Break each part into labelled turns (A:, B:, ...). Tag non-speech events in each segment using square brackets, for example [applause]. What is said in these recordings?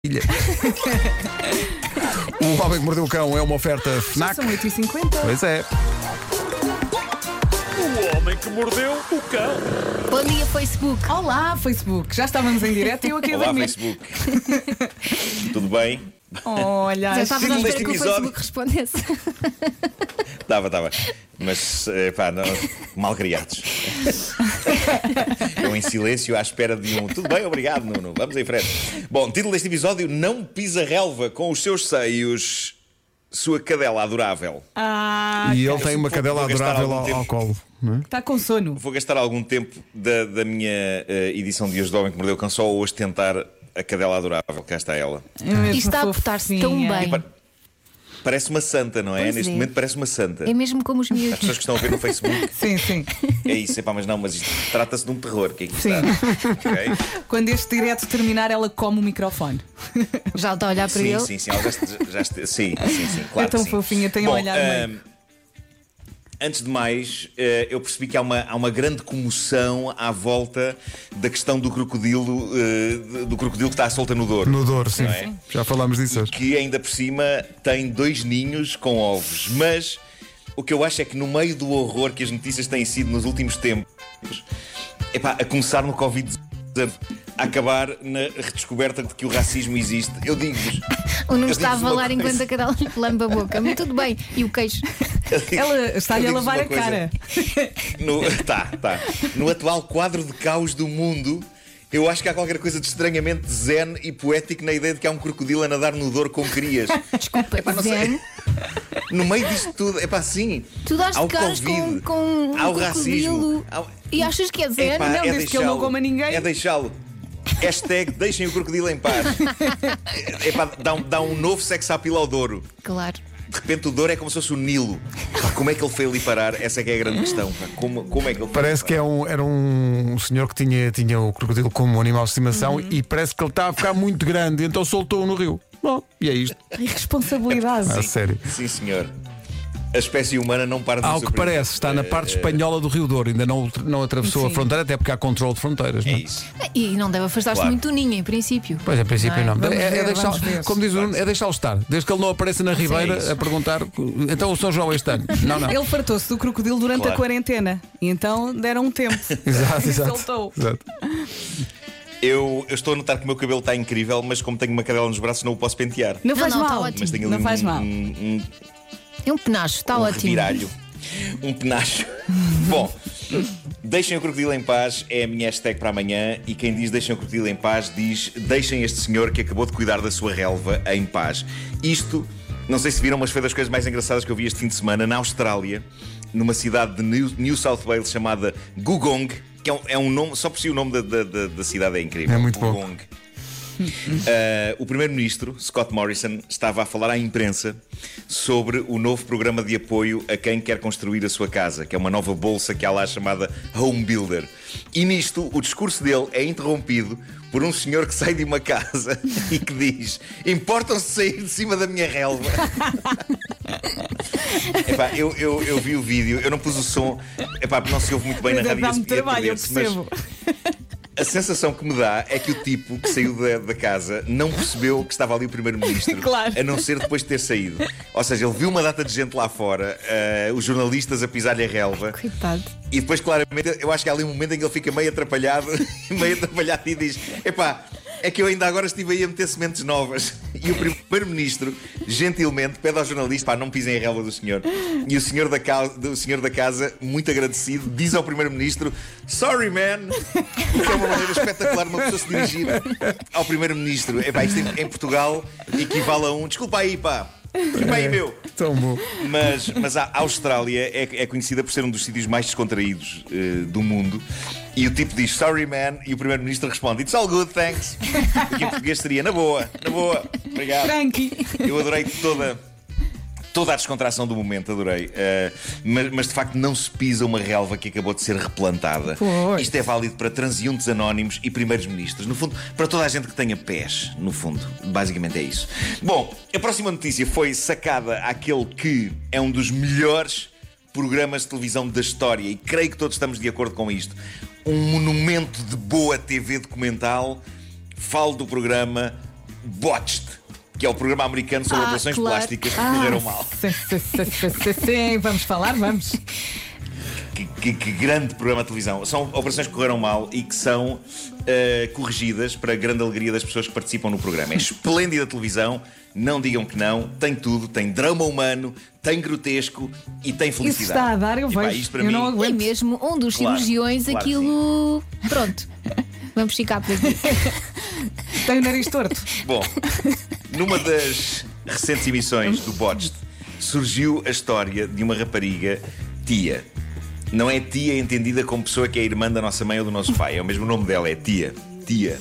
A: [laughs]
B: filha. o Homem que Mordeu o Cão é uma oferta
A: Já
B: FNAC.
A: são 8h50.
B: Pois é.
C: O homem que mordeu o cão.
D: Bom dia, Facebook.
A: Olá, Facebook. Já estávamos em direto e eu aqui a
E: Olá,
A: dormir.
E: Facebook. [laughs] Tudo bem?
A: Olha,
D: Já estávamos à
E: Título
D: espera
E: deste episódio.
D: que o Facebook respondesse.
E: Estava, estava. Mas, eh, pá, não, mal criados. Eu em silêncio à espera de um. Tudo bem, obrigado, Nuno. Vamos em frente. Bom, título deste episódio: Não pisa relva com os seus seios, sua cadela adorável.
A: Ah,
B: E ele tem uma
E: vou-
B: cadela
E: vou gastar
B: adorável
E: algum
B: ao,
E: tempo.
B: ao colo. não é?
A: está com sono.
E: Vou gastar algum tempo da, da minha eh, edição de hoje do Homem que Mordeu o Cão só hoje tentar a cadela adorável. Cá está ela.
A: É mesmo
D: E está a portar-se tão
A: fofinha.
D: bem.
E: Pa- Parece uma santa, não é?
D: Pois
E: Neste
D: é.
E: momento parece uma santa.
D: É mesmo como os
E: As
D: miúdos.
E: [laughs] pessoas que estão a ver no Facebook.
A: Sim, sim.
E: É isso, epá, mas não, mas isto trata-se de um terror que aqui
A: Sim.
E: está. ok?
A: Quando este direto terminar, ela come o microfone.
D: Já está a olhar para
E: Sim,
D: ele.
E: sim, sim, ela já, este- já este- sim, sim, sim, claro.
A: É tão
E: que sim.
A: fofinha, tem um
E: Bom,
A: olhar meio-
E: ahm, Antes de mais, eh, eu percebi que há uma, há uma grande comoção à volta da questão do crocodilo, eh, do crocodilo que está à solta no Douro.
B: No Douro, sim.
E: Não é?
B: Já falámos disso hoje.
E: que ainda por cima tem dois ninhos com ovos. Mas o que eu acho é que no meio do horror que as notícias têm sido nos últimos tempos, epá, a começar no Covid-19, a acabar na redescoberta de que o racismo existe, eu digo-vos.
D: O Nuno
E: eu
D: está a
E: digo-vos uma
D: falar
E: coisa.
D: enquanto a cadela lhe lamba a boca. Mas tudo bem. E o queixo.
A: Ela está-lhe a
E: Eu digo-vos
A: lavar
E: uma
A: a
E: coisa.
A: cara.
E: No, tá, tá. No atual quadro de caos do mundo, eu acho que há qualquer coisa de estranhamente zen e poético na ideia de que há um crocodilo a nadar no Douro com crias.
D: Desculpa,
E: Epá, não sei.
D: Zen.
E: No meio disto tudo, é pá, sim.
D: Tu dás
E: Há
D: de
E: o
D: caras com,
E: Covid,
D: com um
E: há o racismo.
D: crocodilo.
E: Há...
D: E achas que é Zen?
E: Epá,
A: não,
E: é
A: desde que ele não
E: deixá-lo.
A: coma ninguém.
E: É deixá-lo. Hashtag deixem o crocodilo em paz. Epá, dá, um, dá um novo sex appeal ao Douro.
D: Claro.
E: De repente o Douro é como se fosse o Nilo. Pá, como é que ele foi ali parar? Essa é que é a grande questão. pá. Como, como é que ele foi
B: Parece que é um, era um senhor que tinha, tinha o crocodilo como animal de estimação
A: Uhum.
B: e parece que ele está a ficar muito grande, então soltou-o no rio. Bom, e é isto.
A: Irresponsabilidade.
B: é,
E: Ah,
B: A sério.
E: Sim, senhor. A espécie humana não para de me
B: Ao que
E: surpreender.
B: parece, está na parte
E: É, é,
B: espanhola do Rio Douro, ainda não, ultra- não atravessou a
A: Sim.
B: fronteira, até porque há controle de fronteiras. não
E: É
B: é?
E: isso.
D: E não deve afastar-se
E: Claro.
D: muito do ninho, em princípio.
B: Pois, a princípio não.
A: Vamos
B: É, é
A: ver,
B: deixá-lo-
A: vamos ver.
B: como diz o Nuno, é deixá-lo estar. Desde que ele não apareça na Ribeira
E: isso.
B: a perguntar então o São João este ano. Não, não.
A: [laughs] Ele fartou-se do crocodilo durante a
E: tá. Claro.
A: quarentena. E então deram um tempo. [laughs]
B: Exato,
A: E
B: exato.
A: soltou.
B: exato.
E: Eu, eu estou a notar que o meu cabelo está incrível, mas como tenho uma cadela nos braços, não o posso pentear.
A: Não, faz
D: não, tá
A: mal.
D: ótimo.
E: Mas tenho ali
A: Não
E: um,
A: faz mal.
E: um- um
D: É um penacho, está
E: um
D: ótimo.
E: retiralho, um penacho. Bom, deixem o crocodilo em paz é a minha hashtag para amanhã. E quem diz deixem o crocodilo em paz diz deixem este senhor que acabou de cuidar da sua relva em paz. Isto, não sei se viram, mas foi das coisas mais engraçadas que eu vi este fim de semana na Austrália, numa cidade de New, New South Wales chamada Gugong, que é um, é um nome, só por si o nome da, da- da- da cidade é incrível.
B: É muito bom.
E: Gugong. Uh, o primeiro-ministro, Scott Morrison, estava a falar à imprensa sobre o novo programa de apoio a quem quer construir a sua casa, que é uma nova bolsa que há lá chamada Home Builder. E nisto, o discurso dele é interrompido por um senhor que sai de uma casa [laughs] e que diz: Importam-se de sair de cima da
A: [laughs]
E: minha relva. Epá, eu, eu, eu vi o vídeo, eu não pus o som, epá, porque não se ouve muito bem na
A: Mas
E: rádio.
A: é, Dá-me
E: ia- ia
A: trabalho, eu
E: perder-se, mas-
A: percebo.
E: a sensação que me dá é que o tipo que saiu da, da casa não percebeu que estava ali o primeiro-ministro.
A: Claro.
E: A não ser depois de ter saído. Ou seja, ele viu uma data de gente lá fora, eh, os jornalistas a pisar-lhe a relva.
D: Coitado.
E: E depois, claramente, eu acho que há ali um momento em que ele fica meio atrapalhado, [laughs] meio atrapalhado e diz: Epá, é que eu ainda agora estive aí a meter sementes novas. [laughs] E o primeiro-ministro, gentilmente, pede ao jornalista: pá, não pisem a relva do senhor. E o senhor da, ca... do senhor da casa, muito agradecido, diz ao primeiro-ministro: Sorry, man. O que é uma maneira espetacular de uma pessoa se dirigir ao primeiro-ministro. Epá, isto em, em Portugal equivale a um: desculpa aí, pá. Desculpa aí, meu.
B: Tão bom.
E: Mas, mas a Austrália é, é conhecida por ser um dos sítios mais descontraídos eh, do mundo. E o tipo diz sorry man, e o primeiro-ministro responde it's all good, thanks. O que em português seria na boa, na boa, obrigado.
A: Tranqui.
E: Eu adorei toda. Toda a descontração do momento, adorei. Eh, mas, mas, de facto não se pisa uma relva que acabou de ser replantada.
A: Pois.
E: Isto é válido para transeuntes anónimos e primeiros ministros. No fundo, para toda a gente que tenha pés, no fundo. Basicamente é isso. Bom, a próxima notícia foi sacada àquele que é um dos melhores programas de televisão da história e creio que todos estamos de acordo com isto. Um monumento de boa TV documental. Falo do programa Botched, que é o programa americano sobre
D: Ah,
E: operações
D: claro.
E: plásticas que
A: Ah,
E: correram mal.
A: Sim, sim, sim, sim, sim, sim, vamos falar, vamos.
E: Que, que- que grande programa de televisão. São operações que correram mal e que são eh, corrigidas para a grande alegria das pessoas que participam no programa. É esplêndida televisão, não digam que não, tem tudo, tem drama humano, tem grotesco e tem felicidade.
A: Isso está a dar, eu
E: E pá,
A: vejo.
E: isto para
A: eu
E: mim-
A: não
D: É
A: aguento.
D: mesmo um dos
E: Claro,
D: cirurgiões,
E: claro que
D: aquilo. Pronto. Vamos ficar por aqui.
A: Tenho o nariz torto.
E: Bom, numa das recentes emissões do Botched surgiu a história de uma rapariga tia. Não é tia entendida como pessoa que é irmã da nossa mãe ou do nosso pai, é o mesmo nome dela, é tia. Tia.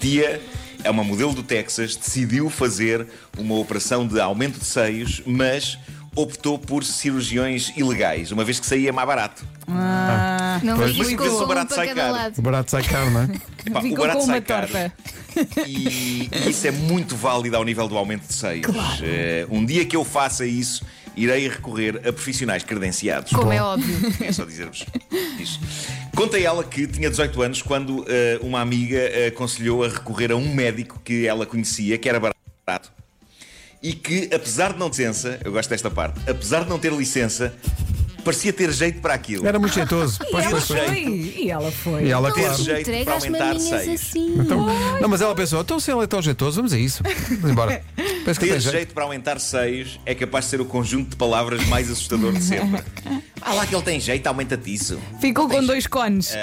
E: Tia é uma modelo do Texas, decidiu fazer uma operação de aumento de seios, mas optou por cirurgiões ilegais, uma vez que saía mais barato.
D: Não
B: Pois.
D: digas
E: Muitas
D: com
E: vezes o Ah.
D: um para
E: barato sai
D: cada
E: caro.
B: O
D: lado.
B: barato sai caro, não é?
E: Epá,
A: Ficou
E: barato
A: com uma
E: sai caro.
A: torta.
E: E, e isso é muito válido ao nível do aumento de seios. Eh, um dia que eu faça isso, irei recorrer a profissionais credenciados.
D: Como é óbvio.
E: [laughs] É só dizer-vos isso. Conta ela que tinha 18 anos quando eh, uma amiga eh, aconselhou a recorrer a um médico que ela conhecia, que era barato, e que, apesar de não ter licença, eu gosto desta parte, apesar de não ter licença, parecia ter jeito para aquilo.
B: Era muito jeitoso.
A: E
B: Pois,
A: ela Então,
B: pois, pois.
A: foi. E ela foi.
B: E ela,
D: Não
B: claro.
E: jeito
D: entrega
E: para
D: as
E: aumentar
D: Então, maminhas
E: seios.
D: assim.
B: Então, não, mas ela pensou, então se ele é tão jeitoso, vamos a isso. Vamos embora. Penso que
E: Ter
B: tem
E: jeito.
B: jeito.
E: para aumentar seios é capaz de ser o conjunto de palavras mais assustador de sempre. Ah lá que ele tem jeito, aumenta-te isso.
B: É.
A: Ficou com dois cones.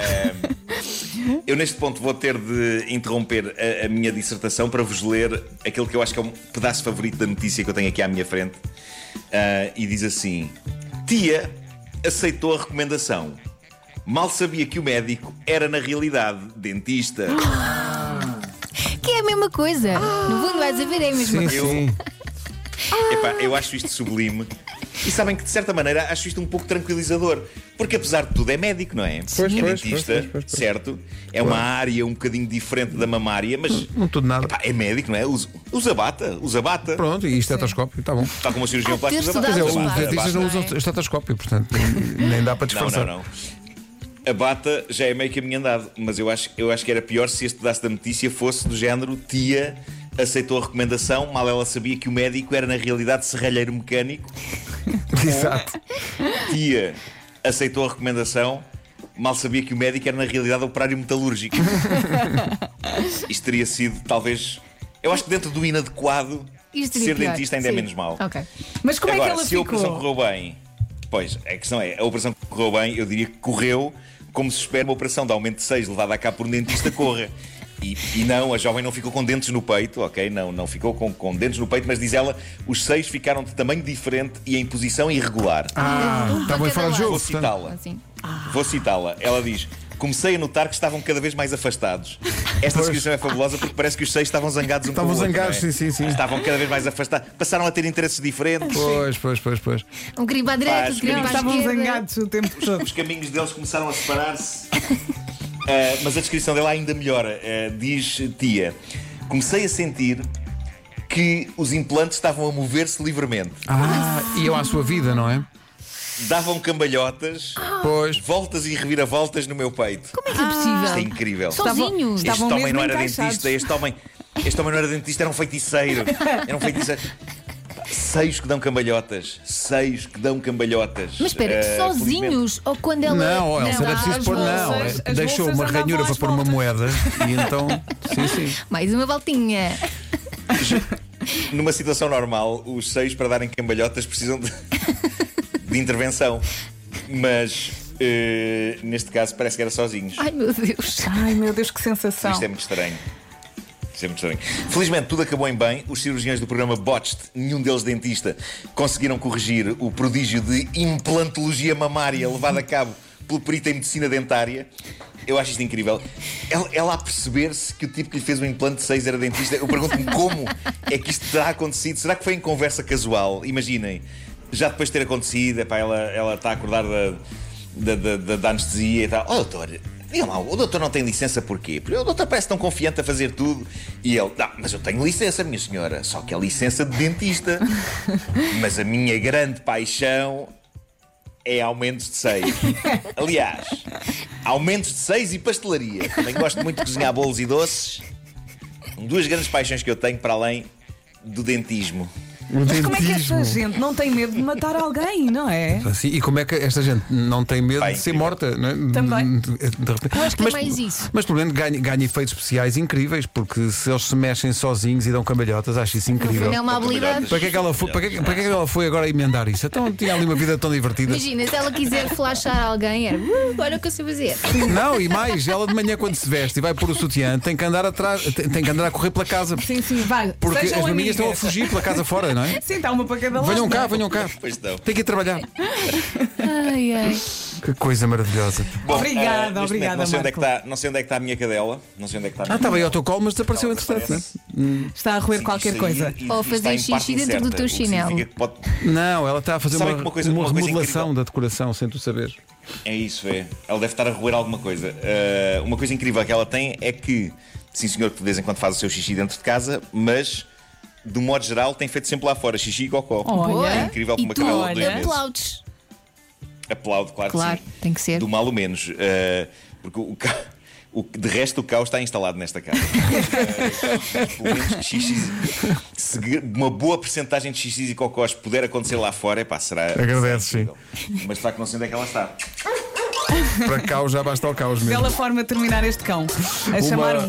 E: Eu, neste ponto, vou ter de interromper a, a minha dissertação para vos ler aquele que eu acho que é um pedaço favorito da notícia que eu tenho aqui à minha frente. Ah, e diz assim: Tia aceitou a recomendação. Mal sabia que o médico era, na realidade, dentista.
D: Que é a mesma coisa. No fundo, vais a ver, é a mesma
B: Sim,
D: coisa.
E: Eu-
B: sim.
E: Epá, eu acho isto sublime. E sabem que, de certa maneira, acho isto um pouco tranquilizador. Porque, apesar de tudo, é médico, não é?
B: Pois,
E: é
B: pois,
E: dentista,
B: pois, pois, pois, pois.
E: certo? É uma área um bocadinho diferente da mamária, mas
B: Não tudo nada.
E: epá, é médico, não é? Usa, usa bata, usa bata.
B: Pronto, e estetoscópio, está tá bom.
E: Está com uma cirurgia
D: Ah,
E: plástica.
D: ter
E: usa bata,
B: Quer dizer,
D: estudado
E: usa
B: os
E: bata,
B: dentistas
E: bata.
B: não
D: não
B: usam
D: é?
B: estetoscópio, portanto nem- nem dá para
E: Não,
B: disfarçar.
E: não, não. A bata já é meio caminho andado, mas eu acho, eu acho que era pior se este pedaço da notícia fosse do género tia aceitou a recomendação, mal ela sabia que o médico era, na realidade, serralheiro mecânico
B: [laughs] Exato.
E: tia aceitou a recomendação, mal sabia que o médico era na realidade operário
A: [laughs]
E: metalúrgico. Isto teria sido, talvez, eu acho que dentro do inadequado,
D: Isto seria
E: ser
D: pior.
E: dentista ainda é
D: Sim.
E: menos mal.
D: Ok.
A: Mas como
E: Agora,
A: é que ela
E: se um a
A: ficou?
E: operação correu bem, pois, a questão é, a operação que correu bem, eu diria que correu como se espera uma operação de aumento de 6 levada a cabo por um dentista corra. E, e não, a jovem não ficou com dentes no peito, ok? Não, não ficou com, com dentes no peito, mas diz ela, os seis ficaram de tamanho diferente e em posição irregular.
B: Ah, está bem fora de jogo.
E: Vou
B: portanto.
E: citá-la.
D: um Assim.
E: Vou citá-la. Ela diz: Comecei a notar que estavam cada vez mais afastados. Esta descrição é fabulosa porque parece que os seis estavam zangados um
B: Estavam
E: com o outro,
B: zangados,
E: não é?
B: sim, sim, sim.
E: Estavam cada vez mais afastados. Passaram a ter interesses diferentes.
B: Pois, pois, pois, pois.
D: Um crime à direita,
E: Acho
D: um
E: que
D: crime à
E: estavam
A: Estavam
D: esquerda.
A: zangados o tempo todo.
E: Os caminhos deles começaram a separar-se. Ah, mas a descrição dela ainda melhora. Ah, diz tia: Comecei a sentir que os implantes estavam a mover-se livremente.
B: Ah, iam à sua vida, não é?
E: Davam cambalhotas,
A: Ah.
B: Pois.
E: voltas e reviravoltas no meu peito.
D: Como é que é possível?
E: Isto é incrível.
D: Sozinhos.
E: Este
A: Estavam
E: homem
A: mesmo
E: não era
A: encaixados.
E: dentista, este homem, este homem não era dentista, era um feiticeiro. Era um feiticeiro. Seis que dão cambalhotas. Seis que dão cambalhotas.
D: Mas espera,
E: Eh, felizmente-
D: sozinhos? Ou quando ela.
B: Não, Elsa,
D: Não,
B: era preciso
D: as
B: pôr,
D: bolsas.
B: não. é,
A: é- bolsas- as
B: Deixou
A: bolsas
B: uma
A: andavam
B: ranhura
A: às
B: para pôr uma
A: voltas.
B: moeda e
A: [laughs]
B: então. Sim, sim.
D: Mais uma voltinha.
E: Numa situação normal, os seis para darem cambalhotas precisam de, de intervenção. Mas eh, neste caso parece que era sozinhos.
D: Ai meu Deus.
A: [laughs] Ai meu Deus, que sensação.
E: Isto é muito estranho. Isto é muito estranho. Felizmente tudo acabou em bem. Os cirurgiões do programa Botched, nenhum deles dentista, conseguiram corrigir o prodígio de implantologia mamária levado a cabo pelo perito em medicina dentária. Eu acho isto incrível. Ela, ela a perceber-se que o tipo que lhe fez o implante de 6 era dentista, eu pergunto-me como é que isto terá acontecido. Será que foi em conversa casual? Imaginem, já depois de ter acontecido, epá, ela, ela está a acordar da, da, da- da- da anestesia e tal. Ó doutor, diga lá, o doutor não tem licença porquê? Porque o doutor parece tão confiante a fazer tudo. E ele, não, mas eu tenho licença, minha senhora, só que é licença
A: [laughs]
E: de dentista. mas a minha grande paixão é aumentos
A: [laughs]
E: de seis. Aliás, aumentos de seis e pastelaria. Também gosto muito de cozinhar bolos e doces. duas grandes paixões que eu tenho para além do dentismo.
A: Mas como é que esta gente não tem medo de matar alguém, não é?
B: Assim, e como é que esta gente não tem medo
E: Pá,
B: de ser
E: incrível.
B: morta? Não é?
A: Também.
B: De- de- de repente.
D: Eu acho que é mais isso.
B: Mas pelo menos ganha, ganha efeitos especiais incríveis, porque se eles se mexem sozinhos e dão cambalhotas, acho isso incrível.
D: Não é uma habilidade.
B: Para que, é que ela foi, para, que, é que- para que é que ela foi agora emendar isso? Então tinha ali uma vida tão divertida.
D: Imagina, se ela quiser flashar alguém, era "Uh, olha o que eu sei fazer.
B: Não, e mais, ela de manhã quando se veste e vai pôr o sutiã, tem que andar atrás, tem, tem que andar a correr pela casa.
A: Sim, sim, vai.
B: Porque
A: Sejam
B: as maminhas
A: amigas.
B: estão a fugir pela casa fora, não é?
A: Sim, está uma para cada lado.
B: Venham
A: não
B: cá,
A: é?
B: venham cá.
E: Pois não.
B: Tem que ir trabalhar.
D: Ai, ai.
B: Que coisa maravilhosa.
E: Bom,
A: Obrigada,
E: ah, neste momento
A: obrigada,
E: Não sei, onde é que
A: Marco.
E: está, não sei onde é que está a minha cadela. Não sei onde é que está a
B: Ah,
E: minha
B: estava aí ao teu colo, mas desapareceu entretanto, não é?
A: Está a roer qualquer coisa.
D: Ou fazer xixi dentro do teu chinelo.
B: Não, ela está a fazer
E: Sabe
B: uma,
E: uma coisa-
B: uma
E: uma coisa
B: remodelação
E: incrível?
B: da decoração, sem tu saber.
E: É isso, é. Ela deve estar a roer alguma coisa. Ah, uma coisa incrível que ela tem é que, sim senhor, que de vez em quando faz o seu xixi dentro de casa, mas, de um modo geral, tem feito sempre lá fora, xixi e cocó.
D: Oh,
A: Olha.
E: É incrível
D: e
E: como
D: tu
E: aquela é dois meses.
D: aplaudes.
E: Aplaudo, claro,
D: Claro,
E: que sim.
D: tem que ser.
E: Do mal ou menos. Ah, porque o, ca- o- de resto o caos está instalado nesta
D: [laughs]
E: casa. Ah, pelo menos que xixi, se uma boa porcentagem de xixis e cocós puder acontecer lá fora, epá, será.
B: Agradece,
E: será incrível. Mas de facto não sei onde é que ela está.
B: Para caos já basta o caos mesmo.
A: Bela forma de terminar este cão. A chamar um.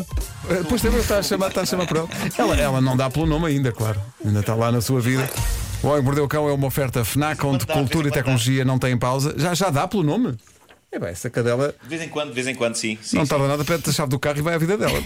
B: Eh, Pois também está a chamar, está a chamar para ela. ela. Ela não dá pelo nome ainda, claro. Ainda está lá na sua vida. O Homem que Mordeu o Cão é uma oferta FNAC onde
E: Fantástico,
B: cultura e tecnologia não têm pausa. Já, já dá pelo nome? É bem, essa cadela
E: De vez em quando, de vez em quando, sim. sim
B: não
E: sim.
B: tarda nada, pede a chave do carro e vai à vida dela.